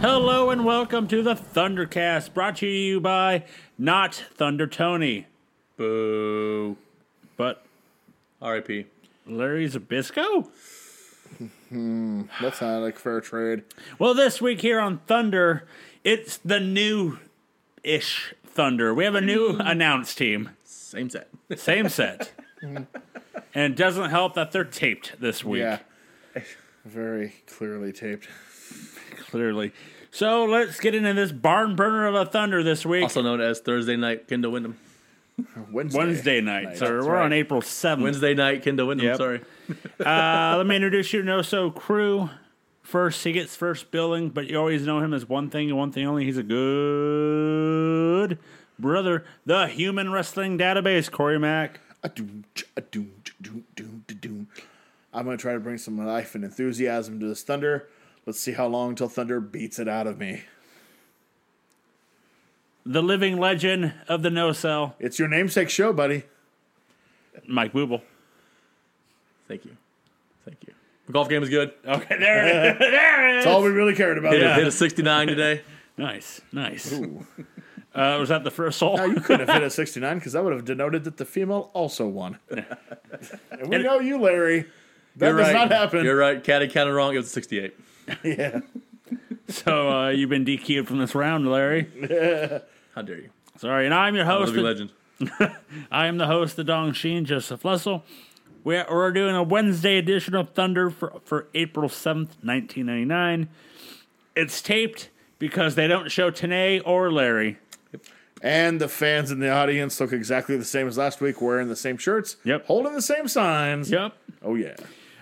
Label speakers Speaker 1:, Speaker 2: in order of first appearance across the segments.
Speaker 1: Hello and welcome to the Thundercast, brought to you by not Thunder Tony. Boo. But
Speaker 2: R.I.P.
Speaker 1: Larry Zabisco?
Speaker 3: That sounded like fair trade.
Speaker 1: Well, this week here on Thunder, it's the new ish Thunder. We have a new
Speaker 3: Mm.
Speaker 1: announce team,
Speaker 2: Same set.
Speaker 1: same set. and it doesn't help that they're taped this week,
Speaker 3: Yeah. Very clearly taped.
Speaker 1: clearly. So let's get into this barn burner of a Thunder this week.
Speaker 2: also known as Thursday night Kendall Wyndham.
Speaker 3: Wednesday.
Speaker 1: Wednesday night. So
Speaker 3: That's
Speaker 1: we're on
Speaker 3: right.
Speaker 1: April 7th.
Speaker 2: Wednesday night Kendall Wyndham.
Speaker 1: Yep.
Speaker 2: Sorry.
Speaker 1: Uh, let me introduce you to Noso Crew. First, he gets first billing, but you always know him as one thing and one thing only. He's a good brother. The Human Wrestling Database, Corey Mack.
Speaker 3: A-doom, ch- a-doom, ch- doom, doom, da- doom. I'm going to try to bring some life and enthusiasm to this Thunder. Let's see how long till Thunder beats it out of me.
Speaker 1: The living legend of the No Cell,
Speaker 3: It's your namesake show, buddy.
Speaker 1: Mike Booble.
Speaker 2: Thank you. Thank you. The golf game is good.
Speaker 1: Okay, there it is. there it
Speaker 3: That's
Speaker 1: is.
Speaker 3: all we really cared about.
Speaker 2: Hit, a,
Speaker 1: Yeah.
Speaker 2: hit a 69 today.
Speaker 1: Nice, nice.
Speaker 3: Ooh.
Speaker 1: Uh, was that the first hole?
Speaker 3: Now, you couldn't have hit a 69 because that would have denoted that the female also won. and we know you, Larry. That
Speaker 2: You're
Speaker 3: does
Speaker 2: right.
Speaker 3: not happen.
Speaker 2: You're right. Caddy counted wrong. It was 68.
Speaker 3: Yeah.
Speaker 1: So uh, you've been DQ'd from this round, Larry.
Speaker 2: How dare you?
Speaker 1: Sorry, and I'm your host.
Speaker 2: Living legend.
Speaker 1: I am the host, the Dong Sheen, Joseph Lessel. We're, we're doing a Wednesday edition of Thunder for, for April 7th, 1999. It's taped because they don't show Tanay or Larry.
Speaker 3: And the fans in the audience look exactly the same as last week, wearing the same shirts,
Speaker 1: Yep.
Speaker 3: holding the same signs.
Speaker 1: Yep.
Speaker 3: Oh yeah.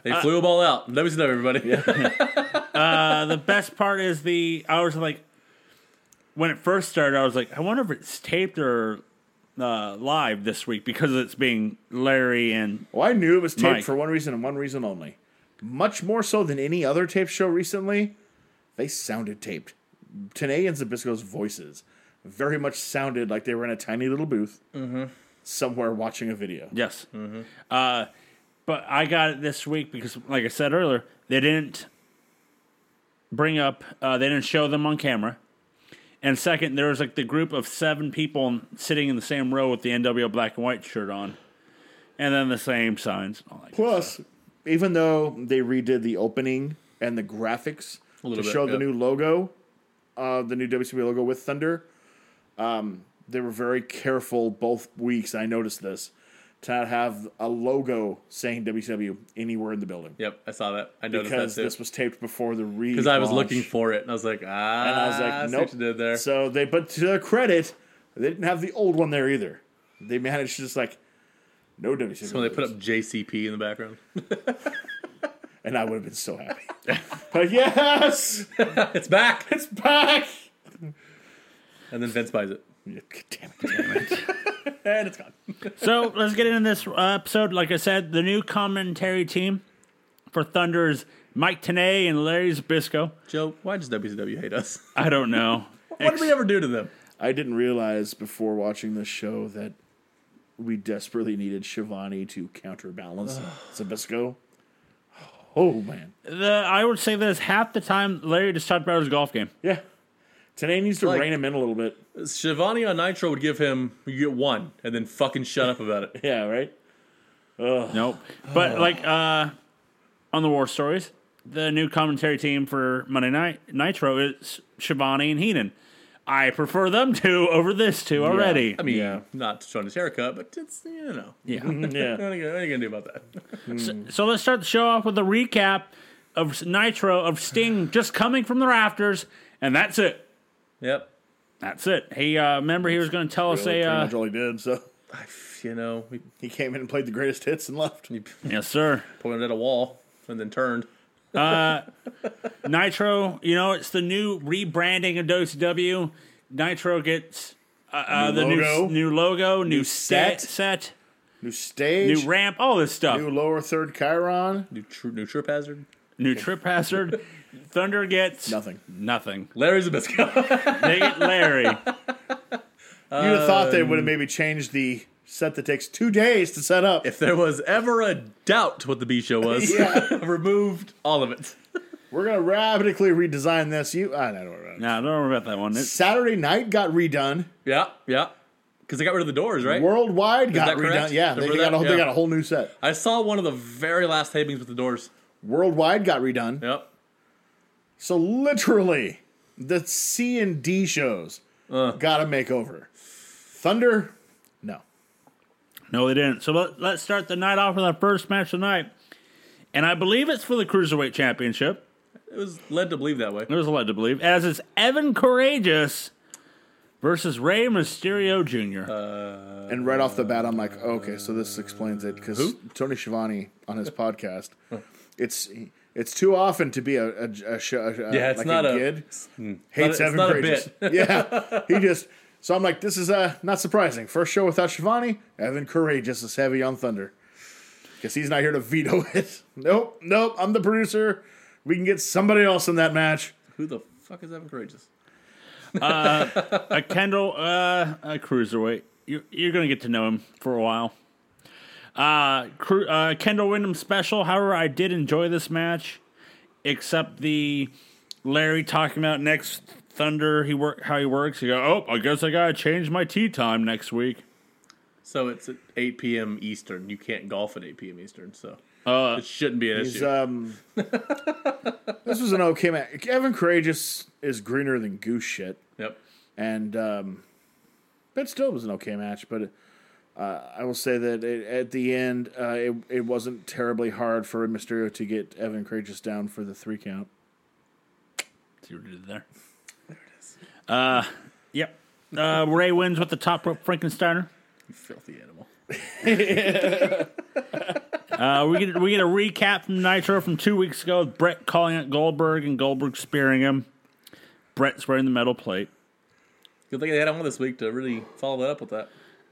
Speaker 2: They flew them all out. Let me know, everybody.
Speaker 1: Uh, the best part is the, I was like, when it first started, I was like, I wonder if it's taped or uh, live this week because it's being Larry and
Speaker 3: Well, I knew it was taped
Speaker 1: Mike.
Speaker 3: for one reason and one reason only. Much more so than any other tape show recently, they sounded taped. Tanay and Zabisco's voices very much sounded like they were in a tiny little booth somewhere watching a video.
Speaker 1: Yes. Uh, but I got it this week because, like I said earlier, they didn't bring up, uh, they didn't show them on camera. And second, there was like the group of seven people sitting in the same row with the NWO black and white shirt on, and then the same signs. and all that.
Speaker 3: Plus, even though they redid the opening and the graphics to
Speaker 2: little bit,
Speaker 3: show the
Speaker 2: yeah.
Speaker 3: new logo, uh, the new WCW logo with Thunder, um, they were very careful both weeks. I noticed this to not have a logo saying WCW anywhere in the building
Speaker 2: Yep, I saw that. I noticed
Speaker 3: because
Speaker 2: that
Speaker 3: this
Speaker 2: too.
Speaker 3: was taped before the re.
Speaker 2: Because I was looking for it, and I was like, ah,
Speaker 3: and I was
Speaker 2: I
Speaker 3: like,
Speaker 2: see
Speaker 3: nope.
Speaker 2: what you did there.
Speaker 3: So they, but to their credit, they didn't have the old one there either. They managed to just like no WCW.
Speaker 2: when they put up JCP in the background.
Speaker 3: and I would have been so happy. but yes,
Speaker 2: it's back!
Speaker 3: it's back.
Speaker 2: And then Vince buys it.
Speaker 3: Damn it.
Speaker 2: And it's gone.
Speaker 1: so let's get into this episode. Like I said, the new commentary team for Thunder is Mike Tanay and Larry Zabisco.
Speaker 2: Joe, why does WCW hate us?
Speaker 1: I don't know.
Speaker 2: What did we ever do to them?
Speaker 3: I didn't realize before watching this show that we desperately needed Shivani to counterbalance Zabisco. Oh man,
Speaker 1: The, I would say this half the time Larry just talked about his golf game.
Speaker 3: yeah. Today needs to
Speaker 2: Like-
Speaker 3: rein him in a little bit.
Speaker 2: Shivani on Nitro would give him you get one, and then fucking shut up about it.
Speaker 3: Yeah, right.
Speaker 1: Nope. But like uh on the war stories, the new commentary team for Monday Night Nitro is Shivani and Heenan. I prefer them two over this two already.
Speaker 2: I mean,
Speaker 3: Yeah.
Speaker 2: not showing his haircut, but it's you know,
Speaker 1: Yeah.
Speaker 3: Yeah,
Speaker 2: what are you, what are you gonna do about that?
Speaker 1: so let's start the show off with a recap of Nitro of Sting just coming from the rafters, and that's it.
Speaker 2: Yep,
Speaker 1: That's it. He uh, remember he was going to tell us
Speaker 3: pretty
Speaker 1: a uh,
Speaker 3: much all he did. So
Speaker 2: I, you know, we,
Speaker 3: he came in and played the greatest hits and left.
Speaker 2: we
Speaker 1: yes sir.
Speaker 2: pointed at a wall and then turned.
Speaker 1: Nitro, you know, it's the new rebranding of WCW. Nitro gets uh, uh, the new
Speaker 3: logo.
Speaker 1: new logo, new, set,
Speaker 3: set.
Speaker 1: set,
Speaker 3: New stage,
Speaker 1: new ramp, all this stuff.
Speaker 3: new
Speaker 1: New,
Speaker 3: lower third Chiron.
Speaker 2: New, tr- new trip hazard.
Speaker 1: trip hazard. Thunder gets
Speaker 3: Nothing.
Speaker 1: Nothing.
Speaker 2: Larry Zabisco.
Speaker 1: They get Larry.
Speaker 3: You'd have thought they Um, would have maybe changed the set that takes two days to set up.
Speaker 2: if there was ever a doubt what the B show was,
Speaker 3: Yeah.
Speaker 2: removed all of it.
Speaker 3: We're gonna radically redesign this. You, I don't know. About
Speaker 1: No, don't worry about that one. It-
Speaker 3: Saturday night got redone.
Speaker 2: Yeah, yeah. Because they got rid of the doors, right?
Speaker 3: Worldwide got
Speaker 2: that correct?
Speaker 3: redone. Yeah, they,
Speaker 2: Remember
Speaker 3: got a,
Speaker 2: that?
Speaker 3: whole- they
Speaker 2: Yeah.
Speaker 3: got a whole new set.
Speaker 2: I saw one of the very last tapings with the doors.
Speaker 3: Worldwide got redone.
Speaker 2: Yep.
Speaker 3: So literally, the C and D shows
Speaker 2: Uh.
Speaker 3: got a makeover. Thunder, no.
Speaker 1: No, they didn't. So let, let's start the night off with our first match tonight. And I believe it's for the Cruiserweight Championship.
Speaker 2: It was led to believe that way.
Speaker 1: There's a lot to believe. As it's Evan Courageous versus Rey Mysterio
Speaker 3: Uh,
Speaker 1: Jr.
Speaker 3: And right off the bat, I'm like, okay, so this explains it because Tony Schiavone on his podcast, it's it's too often to be a, a, a, show- a
Speaker 2: Yeah, it's
Speaker 3: like
Speaker 2: not
Speaker 3: a,
Speaker 2: a-
Speaker 3: kid
Speaker 2: not a-
Speaker 3: hates
Speaker 2: it's
Speaker 3: Evan
Speaker 2: not a
Speaker 3: Courageous. yeah, he just so I'm like, this is uh, not surprising. First show without Schiavone, Evan Courageous is heavy on Thunder because he's not here to veto it. Nope, nope. I'm the producer. We can get somebody else in that match.
Speaker 2: Who the fuck is Evan Courageous?
Speaker 1: a Kendall, uh, a Cruiserweight. You're, you're going to get to know him for a while. Uh, Cru- uh, Kendall Windham special. However, I did enjoy this match, except the Larry talking about next Thunder. He work how he works. He go, oh, I guess I gotta change my tea time next week.
Speaker 2: So it's at 8 p.m. Eastern. You can't golf at 8 p.m. Eastern, so uh, it shouldn't be an
Speaker 3: He's,
Speaker 2: issue.
Speaker 3: um, this was an okay match. Evan Courageous is greener than goose shit,
Speaker 2: yep.
Speaker 3: and um, but still it was an okay match. But uh, I will say that it, at the end, uh, it it wasn't terribly hard for Mysterio to get Evan Courageous down for the three count.
Speaker 1: See what I did there. There it is. Uh, yep. Uh, Ray wins with the top rope Frankensteiner.
Speaker 2: You filthy animal.
Speaker 1: Uh, we get we get a recap from Nitro from two weeks ago. with Brett calling out Goldberg and Goldberg spearing him. Brett's wearing the metal plate.
Speaker 2: Good thing they had one this week to really follow that up with that.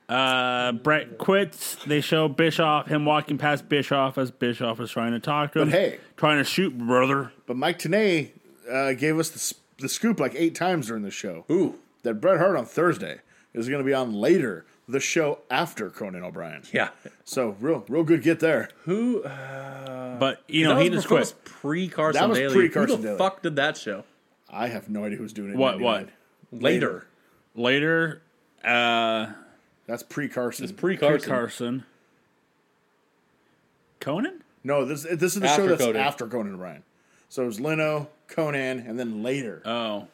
Speaker 1: Uh, Brett quits. They show Bischoff him walking past Bischoff as Bischoff is trying to talk to him.
Speaker 3: hey.
Speaker 1: trying to shoot brother.
Speaker 3: But Mike Tenay uh, gave us the, s- the scoop like eight times during the show
Speaker 2: Ooh.
Speaker 3: that Bret Hart on Thursday is going to be on later the show after Conan O'Brien.
Speaker 2: Yeah.
Speaker 3: So real real good get there.
Speaker 2: Who? Uh,
Speaker 1: But you know
Speaker 2: that
Speaker 1: he
Speaker 2: was-
Speaker 1: just
Speaker 2: that
Speaker 1: quit.
Speaker 2: was pre Carson
Speaker 3: That was
Speaker 2: Daly.
Speaker 3: pre-Carson
Speaker 2: Who the
Speaker 3: Daly.
Speaker 2: fuck did that show?
Speaker 3: I have no idea who's doing it. in
Speaker 1: What- what?
Speaker 3: 99.
Speaker 2: Later.
Speaker 1: Later,
Speaker 3: That's pre Carson.
Speaker 2: Pre
Speaker 1: Carson.
Speaker 2: Carson.
Speaker 1: Conan.
Speaker 3: no, this this is the
Speaker 2: After
Speaker 3: show that's
Speaker 2: Conan.
Speaker 3: after Conan O'Brien. So it was Leno, Conan, and then later.
Speaker 1: Oh,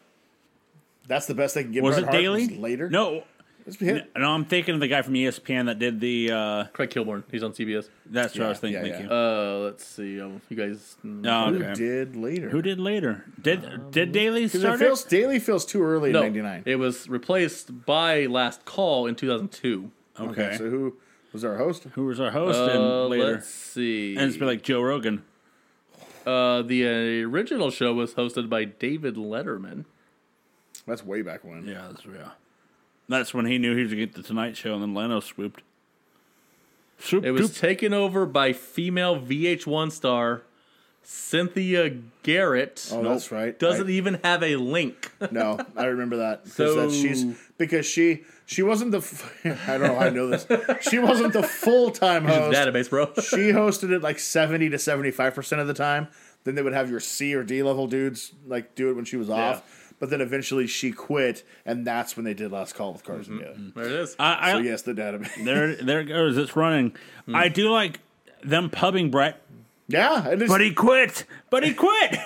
Speaker 3: that's the best they can get.
Speaker 1: was
Speaker 3: Bret
Speaker 1: it
Speaker 3: Hart,
Speaker 1: Daly?
Speaker 3: was Later?
Speaker 1: No,
Speaker 3: It's hit.
Speaker 1: no. I'm thinking of the guy from E ESPN that did the. Uh,
Speaker 2: Craig Kilborn. He's on CBS.
Speaker 1: that's what I was
Speaker 3: Yeah, yeah,
Speaker 1: thinking.
Speaker 3: yeah. Um,
Speaker 2: Uh, let's see. Um, you guys.
Speaker 1: Oh,
Speaker 3: Who
Speaker 1: okay.
Speaker 3: did later?
Speaker 1: Who did later? Did did Daly
Speaker 3: Because
Speaker 1: start
Speaker 3: it feels
Speaker 1: it?
Speaker 3: Daly feels too early
Speaker 2: No,
Speaker 3: in '99.
Speaker 2: it was replaced by Last Call in 2002.
Speaker 1: Okay.
Speaker 3: So who was our host?
Speaker 1: Who was our host
Speaker 2: Uh,
Speaker 1: in later?
Speaker 2: Let's see.
Speaker 1: And it's been like Joe Rogan.
Speaker 2: uh, the uh, original show was hosted by David Letterman.
Speaker 3: That's way back when.
Speaker 1: Yeah, that's real. That's when he knew he was going to get the Tonight Show, and then Leno swooped. Swoop,
Speaker 2: It was
Speaker 1: doop.
Speaker 2: taken over by female VH1 star Cynthia Garrett.
Speaker 3: Oh, that's right.
Speaker 2: Doesn't
Speaker 3: I-
Speaker 2: even have a link.
Speaker 3: No, I remember that.
Speaker 2: So-
Speaker 3: So that she's because she she wasn't the f- I don't know how I know this. She wasn't the full time host.
Speaker 2: Database, bro.
Speaker 3: she hosted it like 70 to 75% of the time. Then they would have your C or D level dudes like do it when she was off. But then eventually she quit, and that's when they did Last Call with Carson
Speaker 1: Mm-hmm.
Speaker 3: Daly.
Speaker 2: there it is. Ah,
Speaker 1: I, I,
Speaker 3: So, Hmm. yes, the database.
Speaker 1: There, there it goes. It's running. I do like them pubbing Brett,
Speaker 3: yeah. It is,
Speaker 1: but he quit. But he quit.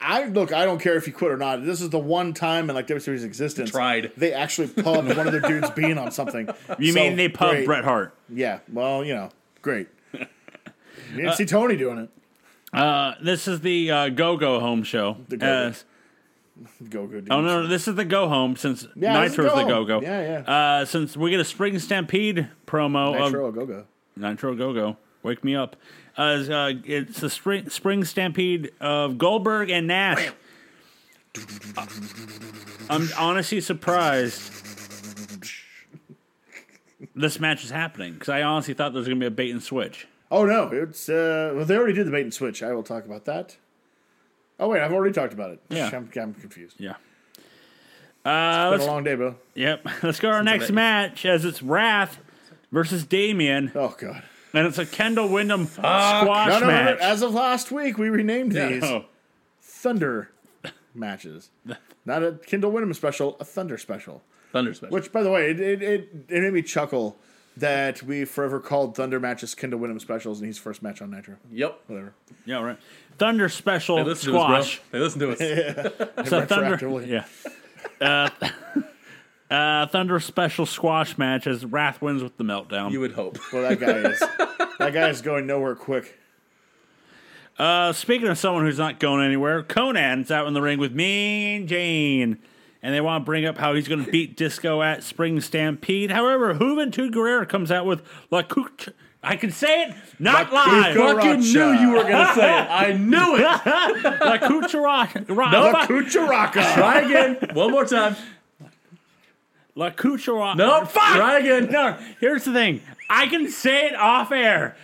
Speaker 3: I Look, I don't care if you quit or not. This is the one time in like WWE's existence.
Speaker 2: Tried.
Speaker 3: They actually pubbed one of their dudes being on something.
Speaker 1: You
Speaker 3: So,
Speaker 1: mean they pub
Speaker 3: great.
Speaker 1: Bret Hart?
Speaker 3: Yeah. Well, you know, great. You didn't see Tony doing it.
Speaker 1: Uh, this is the uh, Go Go Home show.
Speaker 3: The Go-Go.
Speaker 1: Uh,
Speaker 3: Go, go, dude.
Speaker 1: Oh no, no, this is the go home since
Speaker 3: Yeah, this is
Speaker 1: Nitro's
Speaker 3: Go
Speaker 1: the
Speaker 3: Home.
Speaker 1: go go.
Speaker 3: Yeah, yeah.
Speaker 1: Uh, since we get a Spring Stampede promo
Speaker 3: Nitro,
Speaker 1: of
Speaker 3: go, go.
Speaker 1: Nitro Go Go, wake me up. Uh, it's, uh, it's the spring Spring Stampede of Goldberg and Nash. Uh, I'm honestly surprised this match is happening because I honestly thought there was going to be a bait and switch.
Speaker 3: Oh no, it's uh, well, they already did the bait and switch. I will talk about that. Oh wait, I've already talked about it.
Speaker 1: Yeah. Uh,
Speaker 3: I'm, I'm confused.
Speaker 1: Yeah.
Speaker 3: it's been a long day, Bill.
Speaker 1: Yep. Let's go to our next
Speaker 2: that-
Speaker 1: match as it's Wrath versus Damien,
Speaker 3: Oh god.
Speaker 1: and it's a Kendall Windham squash
Speaker 3: No, no, no, no,
Speaker 1: match.
Speaker 3: As of last week, we renamed these.
Speaker 1: Oh.
Speaker 3: Thunder matches. Not a Kindle Winham special, a Thunder special.
Speaker 2: Thunder special.
Speaker 3: Which, by the way, it, it, it, it made me chuckle that we forever called Thunder matches Kindle Winham specials, and he's first match on Nitro.
Speaker 2: yep.
Speaker 3: Whatever.
Speaker 1: Yeah, right. Thunder
Speaker 2: They
Speaker 1: special
Speaker 2: listen
Speaker 1: squash.
Speaker 2: to us, bro. They listen to us.
Speaker 1: It's a thunder.
Speaker 3: Retroactively.
Speaker 1: Yeah. Uh, uh, thunder special squash match as Wrath wins with the meltdown.
Speaker 2: you would hope.
Speaker 3: Well, that guy is that guy is going nowhere quick.
Speaker 1: Uh, speaking of someone who's not going anywhere, Conan's out in the ring with Mean Jane, and they want to bring up how he's going to beat Disco at Spring Stampede. However, Juventud Guerrera comes out with La Cuc- I can say it, not
Speaker 3: La
Speaker 1: live.
Speaker 3: Cucaracha.
Speaker 2: Fucking knew you were gonna say it. I knew it.
Speaker 1: La Cucaracha.
Speaker 3: La
Speaker 1: La,
Speaker 3: Cucaraca.
Speaker 2: Try again. One more time.
Speaker 1: La Cucaracha.
Speaker 3: Oh,
Speaker 2: No. Try again.
Speaker 1: No, here's the thing. I can say it off air.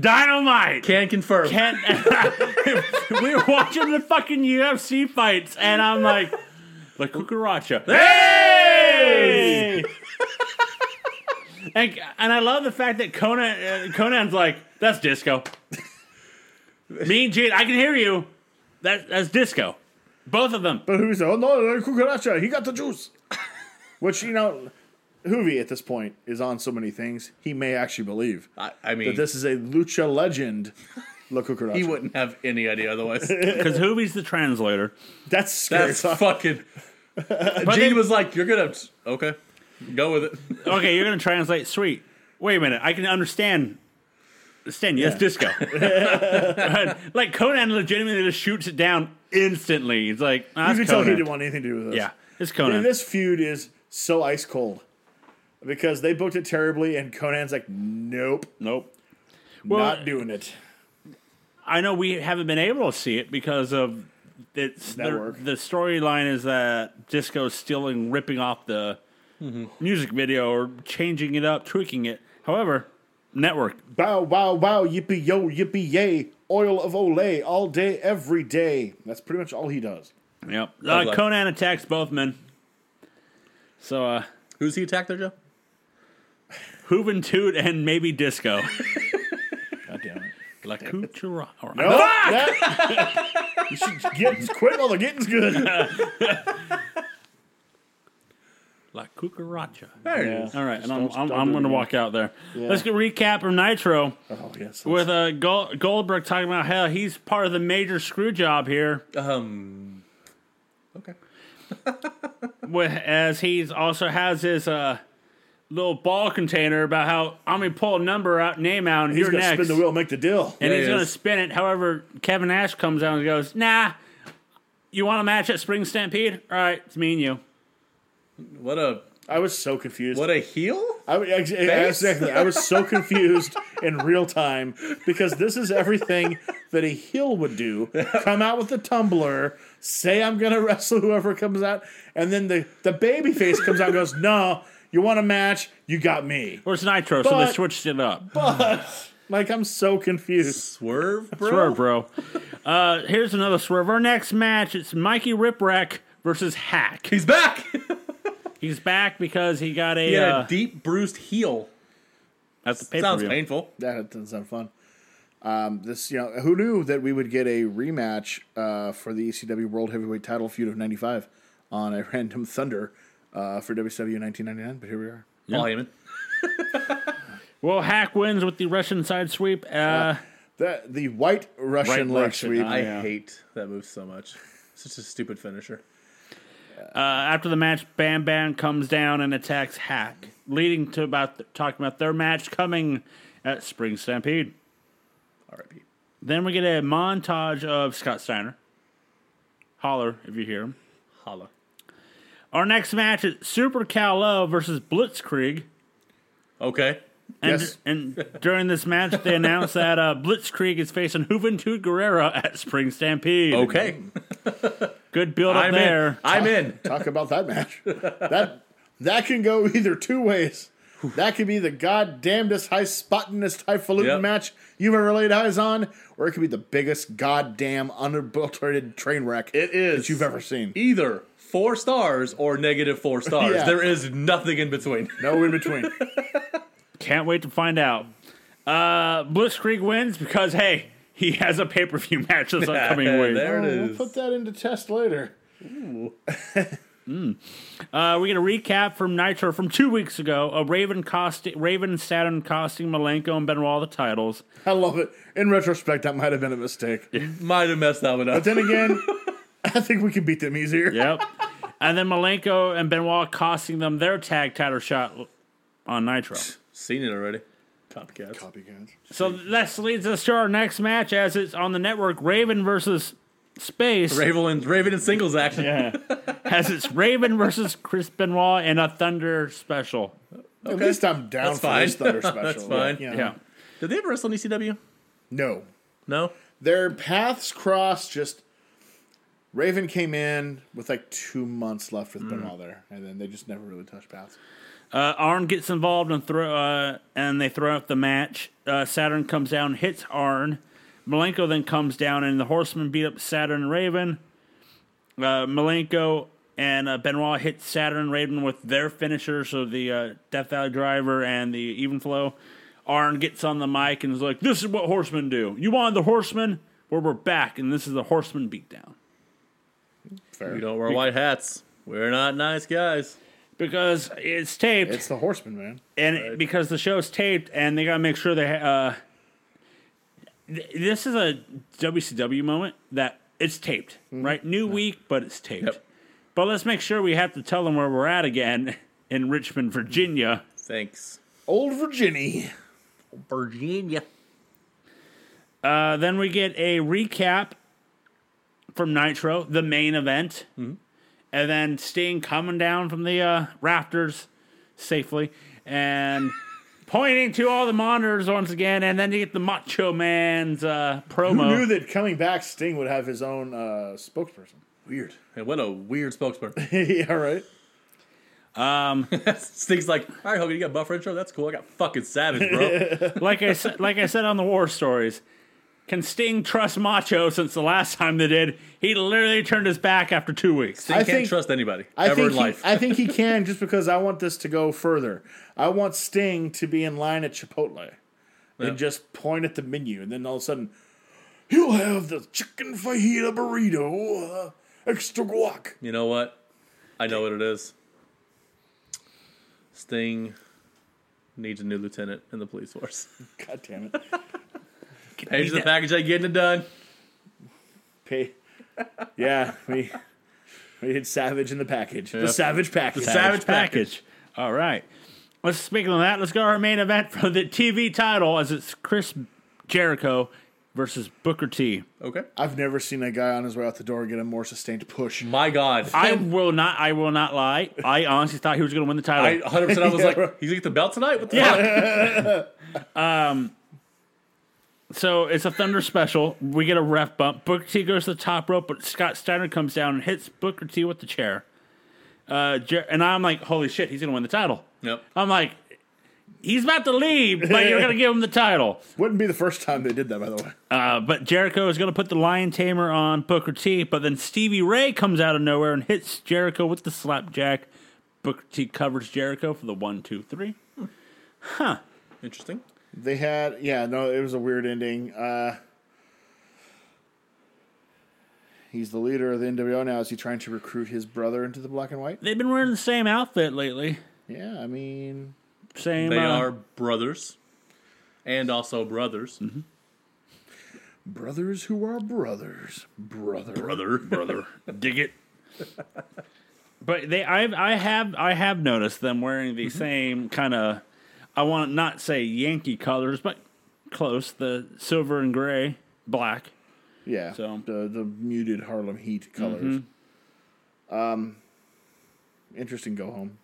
Speaker 1: Dynamite.
Speaker 2: Can confirm.
Speaker 1: Can't. we were watching the fucking UFC fights, and I'm like, La Cucaracha. Hey! and, and I love the fact that Conan uh, Conan's like, that's disco. Me and Gene, I can hear you. That, that's disco. Both of them.
Speaker 3: But who said, oh no, La Cucaracha, he got the juice. Which, you know, Hoovy at this point is on so many things, he may actually believe
Speaker 2: I, I mean,
Speaker 3: that this is a lucha legend, La Cucaracha.
Speaker 2: he wouldn't have any idea otherwise.
Speaker 1: Because Hoovy's the translator.
Speaker 3: That's scary.
Speaker 2: That's
Speaker 3: talk.
Speaker 2: fucking. Gene was like, "You're gonna okay, go with it."
Speaker 1: Okay, you're going to translate sweet. Wait a minute. I can understand. Sten, yes, disco. like Conan legitimately just shoots it down instantly. It's like, ah,
Speaker 3: you
Speaker 1: it's
Speaker 3: can tell he
Speaker 1: Conan.
Speaker 3: didn't want anything to do with this.
Speaker 1: Yeah, it's
Speaker 3: Dude,
Speaker 1: Conan.
Speaker 3: this feud is so ice cold because they booked it terribly, and Conan's like, nope,
Speaker 1: Nope. Well,
Speaker 3: not doing it.
Speaker 1: I know we haven't been able to see it because of it's the,
Speaker 3: Network.
Speaker 1: the storyline is that Disco's stealing, ripping off the
Speaker 3: Mm-hmm.
Speaker 1: music video or changing it up, tweaking it. However, network
Speaker 3: Bow, wow, wow, yippee yo, yippee yay, oil of Olay all day, every day. That's pretty much all he does.
Speaker 1: Yep.
Speaker 2: Good
Speaker 1: Uh,
Speaker 2: luck.
Speaker 1: Conan attacks both men. So, uh,
Speaker 2: Who's he attacked there, Joe?
Speaker 1: Juventud and maybe Disco.
Speaker 3: God damn it.
Speaker 1: La Cucura. or-
Speaker 3: Nope, that- you should get quit while the getting's good.
Speaker 1: La Cucaracha.
Speaker 2: There it
Speaker 3: Yeah.
Speaker 2: is.
Speaker 1: All right, and I'm,
Speaker 3: don't-
Speaker 1: I'm,
Speaker 3: don't
Speaker 1: I'm
Speaker 3: do it
Speaker 1: going to
Speaker 3: again.
Speaker 1: walk out there. Let's get a recap of Nitro
Speaker 3: Oh yes.
Speaker 1: with uh, Gol- Goldberg talking about how he's part of the major screw job here,
Speaker 2: Um. Okay.
Speaker 1: with, as he's also has his uh, little ball container about how I'm going to pull a number out, name out, and
Speaker 3: he's
Speaker 1: you're
Speaker 3: gonna
Speaker 1: next.
Speaker 3: spin the wheel, and make the deal.
Speaker 1: and
Speaker 2: Yeah,
Speaker 1: he's
Speaker 2: he
Speaker 1: going to
Speaker 2: is.
Speaker 1: spin it. However, Kevin Nash comes out and goes, "Nah, you want a match at Spring Stampede? All right, it's me and you."
Speaker 2: What a
Speaker 3: I was so confused.
Speaker 2: what a heel.
Speaker 3: I, was- ex- exactly. I was so confused in real time because this is everything that a heel would do: come out with the tumbler, say I'm gonna wrestle whoever comes out, and then the the baby face comes out and goes, "No, you want a match? You got me."
Speaker 1: Or it's Nitro, so they
Speaker 3: But-
Speaker 1: switched it up.
Speaker 3: But like, I'm so confused.
Speaker 2: Swerve, bro.
Speaker 1: Swerve, bro. Uh, here's another swerve. Our next match it's Mikey Riprack versus Hack.
Speaker 2: He's back.
Speaker 1: He's back because he got a
Speaker 2: he had
Speaker 1: uh,
Speaker 2: a deep bruised heel.
Speaker 1: at the pay per
Speaker 2: Sounds
Speaker 1: view.
Speaker 2: painful.
Speaker 3: That doesn't sound fun. Um, this, you know, who knew that we would get a rematch uh, for the ECW World Heavyweight Title feud of '95 on a random Thunder uh, for WCW 1999? But here we are.
Speaker 2: Paul Heyman.
Speaker 1: Well, Hack wins with the Russian side sweep. Uh,
Speaker 3: The the White Russian
Speaker 1: White
Speaker 3: leg
Speaker 1: Russian,
Speaker 3: sweep.
Speaker 2: I
Speaker 1: Yeah.
Speaker 2: hate that move so much. Such a stupid finisher.
Speaker 1: uh, after the match, Bam Bam comes down and attacks Hack, leading to about talking about their match coming at Spring Stampede.
Speaker 2: R.I.P.
Speaker 1: Then we get a montage of Scott Steiner. Holler if you hear him.
Speaker 2: Holla.
Speaker 1: Our next match is Super Cal Love versus Blitzkrieg.
Speaker 2: Okay.
Speaker 1: And,
Speaker 3: Yes.
Speaker 1: and during this match, they announced that uh, Blitzkrieg is facing Juventud Guerrera at Spring Stampede.
Speaker 2: Okay.
Speaker 1: Good build up
Speaker 2: I'm
Speaker 1: there.
Speaker 2: in. I'm in.
Speaker 3: Talk about that match. that that can go either two ways. That could be the goddamnedest, high spottingest, highfalutin
Speaker 2: Yep.
Speaker 3: match you've ever laid eyes on, or it could be the biggest goddamn unadulterated train wreck
Speaker 2: It is.
Speaker 3: that you've ever seen.
Speaker 2: either four stars or negative four stars.
Speaker 3: Yeah.
Speaker 2: There is nothing in between.
Speaker 3: No in between.
Speaker 1: Can't wait to find out. Uh, Blitzkrieg wins because, hey, he has a pay per view match this upcoming week.
Speaker 2: There it
Speaker 3: We'll
Speaker 2: is.
Speaker 3: put that into test later.
Speaker 1: Uh, we're gonna recap from Nitro from two weeks ago. A Raven cost Raven Saturn costing Malenko and Benoit the titles.
Speaker 3: I love it. In retrospect, that might have been a mistake.
Speaker 2: Might have messed that one up.
Speaker 3: But then again, I think we can beat them easier.
Speaker 1: Yep. and then Malenko and Benoit costing them their tag title shot on Nitro.
Speaker 2: Seen it already. Copycats.
Speaker 3: Copycats.
Speaker 1: So this leads us to our next match as it's on the network Raven versus Space.
Speaker 2: Raven and Raven and singles action.
Speaker 1: Yeah. as it's Raven versus Chris Benoit in a Thunder special.
Speaker 3: At least I'm down
Speaker 2: That's
Speaker 3: for
Speaker 2: fine.
Speaker 3: this Thunder
Speaker 2: That's
Speaker 3: special.
Speaker 2: fine.
Speaker 3: Yeah.
Speaker 1: Yeah.
Speaker 2: Did they ever wrestle on ECW?
Speaker 3: No.
Speaker 2: No.
Speaker 3: Their paths crossed just Raven came in with like two months left
Speaker 2: Mm.
Speaker 3: with Benoit there, and then they just never really touched paths.
Speaker 1: Uh, Arn gets involved and throw uh, and they throw up the match. Uh, Saturn comes down, hits Arn. Malenko then comes down, and the Horsemen beat up Saturn and Raven. Uh, Malenko and uh, Benoit hit Saturn and Raven with their finishers, so the uh, Death Valley Driver and the Even Flow. Arn gets on the mic and is like, "This is what Horsemen do. You wanted the Horsemen, well, we're back, and this is the Horsemen beatdown."
Speaker 3: Fair.
Speaker 2: We don't wear white hats. We're not nice guys.
Speaker 1: Because it's taped,
Speaker 3: It's the Horseman, man.
Speaker 1: and it- because the show's taped and they gotta make sure they ha- uh th- this is a WCW moment that it's taped right new week but it's taped
Speaker 2: Yep.
Speaker 1: but let's make sure we have to tell them where we're at again in Richmond Virginia
Speaker 2: Thanks.
Speaker 3: Old Virginie.
Speaker 2: Virginia.
Speaker 1: uh, then we get a recap from Nitro the main event
Speaker 3: Mm-hmm.
Speaker 1: and then Sting coming down from the uh, rafters safely and pointing to all the monitors once again, and then you get the Macho Man's uh,
Speaker 2: Oh.
Speaker 1: promo.
Speaker 3: Who knew that coming back, Sting would have his own uh, spokesperson? Weird.
Speaker 2: And what a weird spokesperson.
Speaker 3: yeah, right.
Speaker 2: Sting's like, all right, Hogan, you got Buff Intro? That's cool. I got fucking Savage, bro.
Speaker 1: like I said, like I said on the war stories, can Sting trust Macho since the last time they did? He literally turned his back after two weeks.
Speaker 2: Sting
Speaker 3: I
Speaker 2: can't
Speaker 3: think-
Speaker 2: trust anybody
Speaker 3: I
Speaker 2: ever
Speaker 3: think
Speaker 2: in
Speaker 3: he,
Speaker 2: life.
Speaker 3: I think he can just because I want this to go further. I want Sting to be in line at Chipotle and just point at the menu, and then all of a sudden, he'll have the chicken fajita burrito, uh, extra guac.
Speaker 2: you know what? I know what it is. Sting needs a new lieutenant in the police force.
Speaker 3: God damn it!
Speaker 2: Page the package, I getting it done.
Speaker 3: Pay. Yeah, we we had Savage in the package.
Speaker 2: Yep.
Speaker 3: The Savage package.
Speaker 1: Savage package. All right. Let's speaking of that. Let's go to our main event for the TV title as it's Chris Jericho versus Booker T.
Speaker 2: Okay.
Speaker 3: I've never seen a guy on his way out the door get a more sustained push.
Speaker 2: My God.
Speaker 1: I will not. I will not lie. I honestly thought he was going to win the title.
Speaker 2: I 100% I was
Speaker 3: Yeah,
Speaker 2: like,
Speaker 3: right.
Speaker 2: he's gonna get the belt tonight? What the fuck?
Speaker 1: Yeah. um, so it's a Thunder special. We get a ref bump. Booker T goes to the top rope, but Scott Steiner comes down and hits Booker T with the chair. Uh, Jer- and I'm like, holy shit, he's gonna win the title.
Speaker 2: Yep.
Speaker 1: I'm like, he's about to leave, but you're gonna give him the title.
Speaker 3: Wouldn't be the first time they did that, by the way.
Speaker 1: Uh, but Jericho is gonna put the Lion Tamer on Booker T. But then Stevie Ray comes out of nowhere and hits Jericho with the slapjack. Booker T covers Jericho for the one, two, three.
Speaker 2: Interesting.
Speaker 3: They had, yeah, no, it was a weird ending. Uh, he's the leader of the NWO now. Is he trying to recruit his brother into the black and white?
Speaker 1: They've been wearing the same outfit lately.
Speaker 3: Yeah, I mean,
Speaker 1: Same.
Speaker 2: They
Speaker 1: uh,
Speaker 2: are brothers. And also brothers.
Speaker 3: brothers who are brothers, brother,
Speaker 2: Brother. Brother.
Speaker 1: dig it. but they, I've, I have, I have noticed them wearing
Speaker 2: Mm-hmm.
Speaker 1: the same kind of. I want to not say Yankee colors, but close. The silver and gray, black.
Speaker 3: Yeah,
Speaker 1: So-
Speaker 3: the the muted Harlem Heat colors. Um, interesting. Go home.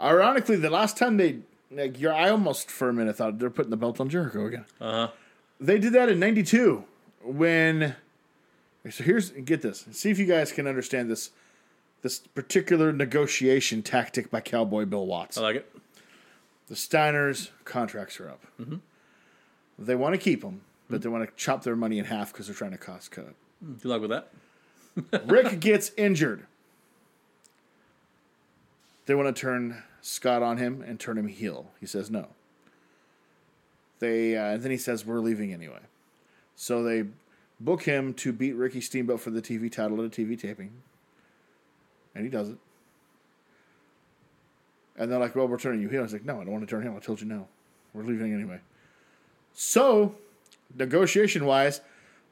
Speaker 3: Ironically, the last time they, like, your, I almost for a minute thought they're putting the belt on Jericho again. Uh huh. They did that in '92 when. So here's get this. See if you guys can understand this. This particular negotiation tactic by Cowboy Bill Watts
Speaker 2: I like it.
Speaker 3: the Steiners' contracts are up. They want to keep them, but they want to chop their money in half because they're trying to cost cut.
Speaker 2: Good luck with that.
Speaker 3: Rick gets injured. They want to turn Scott on him and turn him heel. He says no. They uh, and then he says we're leaving anyway, so they book him to beat Ricky Steamboat for the TV title at a TV taping, and he does it. And they're like, "Well, we're turning you heel." He's like, "No, I don't want to turn heel. I told you no. We're leaving anyway." So, negotiation wise,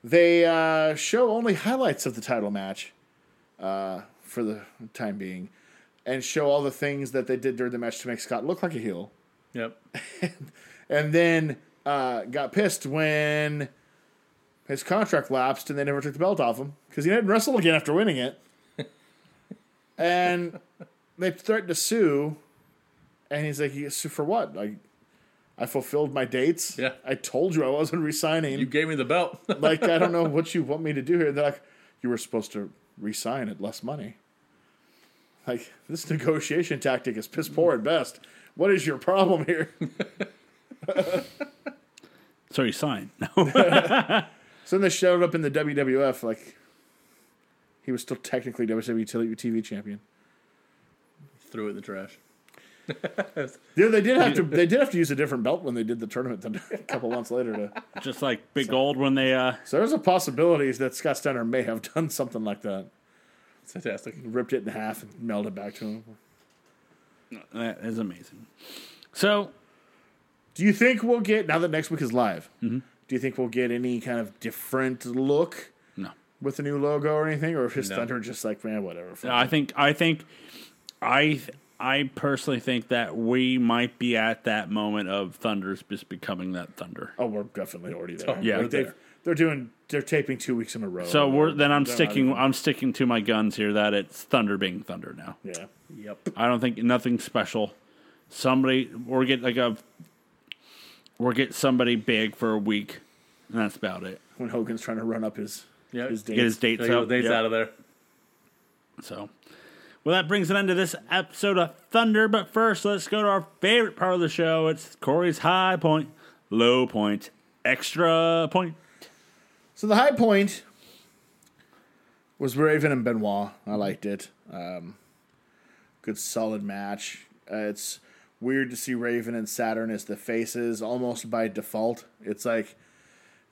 Speaker 3: they uh, show only highlights of the title match uh, for the time being, and show all the things that they did during the match to make Scott look like a heel
Speaker 2: Yep.
Speaker 3: and then uh, got pissed when his contract lapsed and they never took the belt off him because he didn't wrestle again after winning it. and they threatened to sue, and he's like, "You sue for what? Like, I fulfilled my dates.
Speaker 2: Yeah.
Speaker 3: I told you I wasn't resigning.
Speaker 2: You gave me the belt.
Speaker 3: like, I don't know what you want me to do here." They're like, "You were supposed to resign at less money." Like this negotiation tactic is piss poor at best. What is your problem here?
Speaker 1: So he signed. No.
Speaker 3: So then they showed up in the WWF, like he was still technically E WWE tele- TV champion.
Speaker 2: Threw it in the trash.
Speaker 3: Yeah, they did have to. They did have to use a different belt when they did the tournament then a couple months later. To,
Speaker 1: Just like Big Gold when they uh,
Speaker 3: so there's a possibility that Scott Steiner may have done something like that,
Speaker 2: It's fantastic.
Speaker 3: ripped it in half and mailed it back to him.
Speaker 1: That is amazing. So
Speaker 3: Do you think we'll get now that next week is live?
Speaker 1: Mm-hmm.
Speaker 3: Do you think we'll get any kind of different look
Speaker 1: no,
Speaker 3: with a new logo or anything, or if his
Speaker 2: No.
Speaker 3: Thunder just like man, whatever. fuck
Speaker 1: uh, I
Speaker 3: it."
Speaker 1: think I think I I personally think that we might be at that moment of Thunder's just becoming that Thunder.
Speaker 3: oh, we're definitely already there.
Speaker 1: Yeah.
Speaker 3: Like, they've- they're doing. They're taping two weeks in a row.
Speaker 1: So we're then I'm
Speaker 3: They're not
Speaker 1: sticking
Speaker 3: even-
Speaker 1: I'm sticking to my guns here that it's Thunder being Thunder now.
Speaker 3: yeah.
Speaker 2: Yep.
Speaker 1: I don't think nothing special. Somebody or get like a or get somebody big for a week, and that's about it.
Speaker 3: when Hogan's trying to run up his
Speaker 2: Yeah.
Speaker 3: his dates.
Speaker 1: Get his dates
Speaker 2: Take
Speaker 1: out.
Speaker 2: those dates
Speaker 1: Yep.
Speaker 2: out of there.
Speaker 1: So, well, that brings an end to this episode of Thunder. But first, let's go to our favorite part of the show. It's Corey's high point, low point, extra point.
Speaker 3: So the high point was Raven and Benoit. I liked it. Um, good solid match. Uh, it's weird to see Raven and Saturn as the faces almost by default. It's like,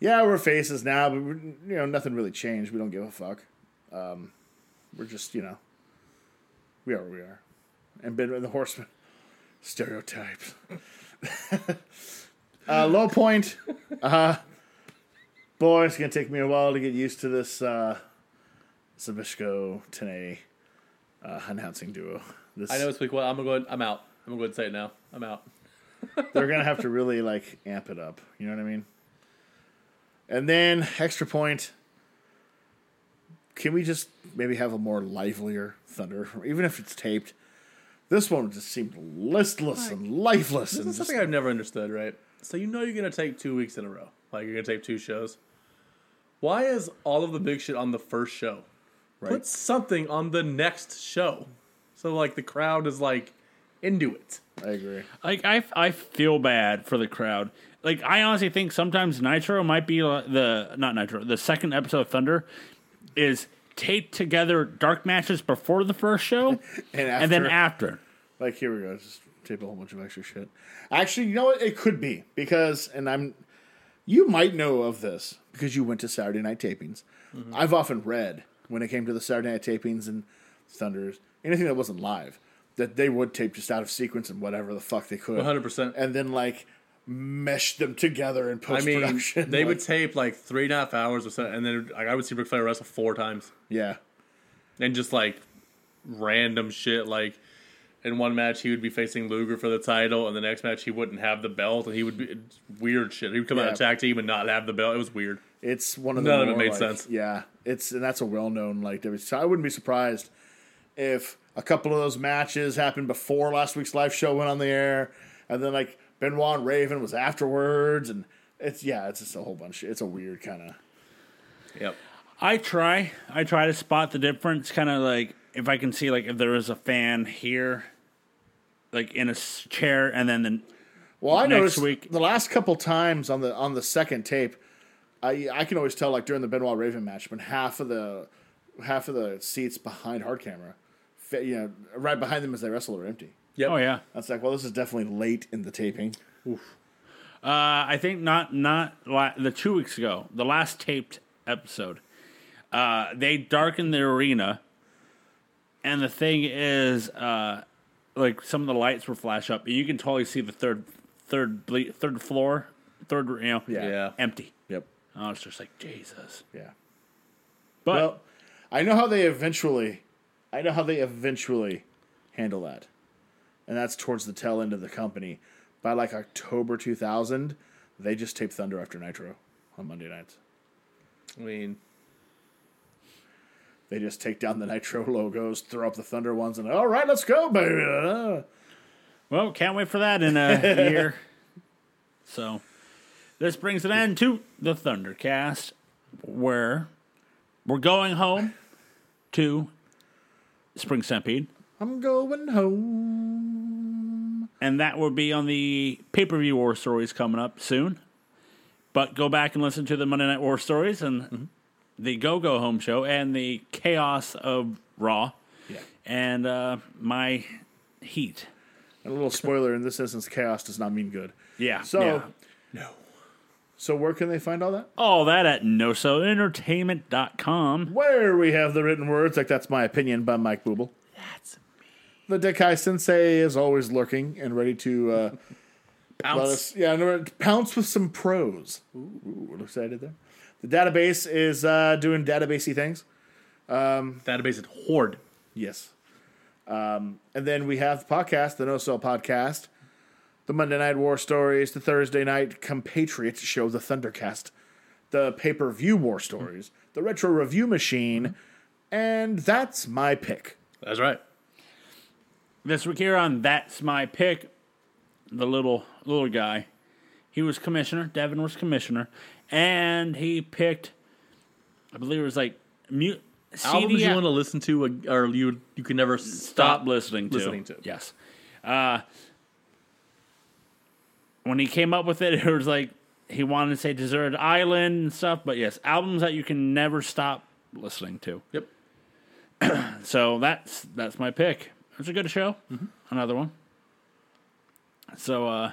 Speaker 3: yeah, we're faces now, but we're, you know nothing really changed. We don't give a fuck. Um, we're just you know, we are what we are. And Ben and the Horseman stereotypes. uh, low point. Uh-huh. Boy, it's gonna take me a while to get used to this uh Sabishko Tene uh, announcing duo. This
Speaker 2: I know it's week one. I'm gonna go. ahead- I'm out. I'm gonna go ahead and say it now. I'm out.
Speaker 3: they're gonna have to really like amp it up. You know what I mean? And then extra point. Can we just maybe have a more livelier thunder, even if it's taped? This one just seemed listless and lifeless.
Speaker 2: This
Speaker 3: and
Speaker 2: is
Speaker 3: just,
Speaker 2: something I've never understood, right? So you know you're gonna take two weeks in a row. Like you're gonna take two shows. Why is all of the big shit on the first show? Put something on the next show. So like the crowd is like into it.
Speaker 3: I agree.
Speaker 1: Like I, I feel bad for the crowd. Like I honestly think sometimes Nitro might be li- the not Nitro. The second episode of Thunder is taped together dark matches before the first show
Speaker 3: And,
Speaker 1: and then after.
Speaker 3: Like here we go, just tape a whole bunch of extra shit. Actually, you know what? It could be because, and I'm, you might know of this because you went to Saturday night tapings.
Speaker 2: Mm-hmm.
Speaker 3: I've often read when it came to the Saturday night tapings and Thunders, anything that wasn't live, that they would tape just out of sequence and whatever the fuck they could,
Speaker 2: 100%.
Speaker 3: and then like mesh them together in
Speaker 2: I
Speaker 3: post
Speaker 2: mean,
Speaker 3: production.
Speaker 2: they would tape like three and a half hours or so, and then like I would see Ric Flair wrestle four times,
Speaker 3: yeah,
Speaker 2: and just like random shit. Like in one match he would be facing Luger for the title, and the next match he wouldn't have the belt, and he would be it's weird shit. He would come out
Speaker 3: Yeah.
Speaker 2: and attack team and not have the belt. It was weird.
Speaker 3: It's one of the
Speaker 2: None of it
Speaker 3: more,
Speaker 2: made
Speaker 3: like-
Speaker 2: sense.
Speaker 3: Yeah, it's and that's a well known like. WWE. So I wouldn't be surprised if a couple of those matches happened before last week's live show went on the air, and then like Benoit and Raven was afterwards, and it's yeah, it's just a whole bunch. It's a weird kind of.
Speaker 2: Yep.
Speaker 1: I try. I try to spot the difference, kind of like if I can see like if there is a fan here, like in a s- chair, and then the
Speaker 3: Well, I
Speaker 1: Next
Speaker 3: noticed
Speaker 1: week-
Speaker 3: the last couple times on the on the second tape, I I can always tell like during the Benoit Raven match when half of the half of the seats behind hard camera, fa- you know, right behind them as they wrestle are empty.
Speaker 2: Yep.
Speaker 1: oh yeah,
Speaker 3: That's like, well, this is definitely late in the taping.
Speaker 1: Uh, I think not not la- the two weeks ago, the last taped episode. Uh, they darkened the arena, and the thing is, uh, like some of the lights were flash up, and you can totally see the third third ble- third floor, third you know,
Speaker 3: Yeah.
Speaker 2: Yeah.
Speaker 1: empty.
Speaker 3: Yep.
Speaker 1: And I was just like Jesus,
Speaker 3: Yeah.
Speaker 1: but
Speaker 3: Well, I know how they eventually, I know how they eventually handle that, and that's towards the tail end of the company. By like October 2000, they just tape Thunder after Nitro on Monday nights.
Speaker 2: I mean,
Speaker 3: They just take down the Nitro logos, throw up the Thunder ones, and all right, let's go, baby.
Speaker 1: well, can't wait for that in a year. So, this brings an end to the Thundercast, where we're going home to Spring Stampede.
Speaker 3: I'm going home.
Speaker 1: and that will be on the pay per view war stories coming up soon. But go back and listen to the Monday Night War stories and the Go Go Home show and the chaos of Raw
Speaker 3: Yeah.
Speaker 1: and uh, my heat.
Speaker 3: And a little spoiler in this instance, chaos does not mean good.
Speaker 1: Yeah.
Speaker 3: So,
Speaker 1: yeah.
Speaker 2: no.
Speaker 3: so where can they find all that?
Speaker 1: all that at nosoentertainment.com.
Speaker 3: Where we have the written words, like that's my opinion by Mike Booble.
Speaker 2: That's
Speaker 3: The Dekai Sensei is always lurking and ready to uh,
Speaker 2: pounce.
Speaker 3: let us, yeah, and we're- pounce with some pros. Ooh, we're excited there. The database is uh, doing databasey things.
Speaker 2: Database at Horde.
Speaker 3: Yes. Um, and then we have the podcast, the No Cell Podcast, the Monday Night War Stories, the Thursday Night Compatriot Show, the Thundercast, the Pay Per View War Stories, the Retro Review Machine, and that's my pick.
Speaker 2: That's right.
Speaker 1: This week here on That's My Pick, the little little guy, he was commissioner. Devin was commissioner, and he picked, I believe it was like mute
Speaker 2: Albums you
Speaker 1: CD
Speaker 2: want to listen to, uh, or you you can never
Speaker 1: stop
Speaker 2: stop.
Speaker 1: listening to.
Speaker 2: listening to.
Speaker 1: Yes. Uh, when he came up with it, it was like he wanted to say Deserted Island and stuff, but yes, albums that you can never stop listening to.
Speaker 2: Yep.
Speaker 1: So that's that's my pick. It's a good show. Another one. So uh,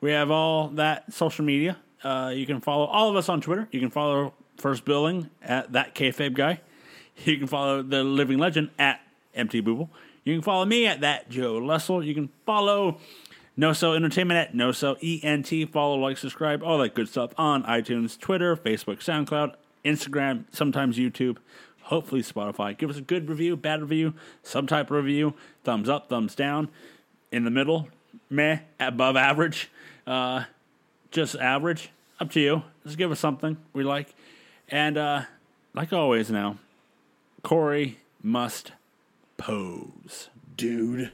Speaker 1: we have all that social media. Uh, you can follow all of us on Twitter. You can follow First Billing at that kayfabe guy. You can follow the Living Legend at Empty Booble. You can follow me at that Joe Lessel. You can follow NoSo Entertainment at NoSo ENT. Follow, like, subscribe, all that good stuff on iTunes, Twitter, Facebook, SoundCloud, Instagram, sometimes YouTube, hopefully Spotify. Give us a good review, bad review, some type of review, thumbs up, thumbs down, in the middle, meh, above average, uh, just average, up to you. Just give us something we like. And uh, like always now, Corey must pose.
Speaker 3: Dude.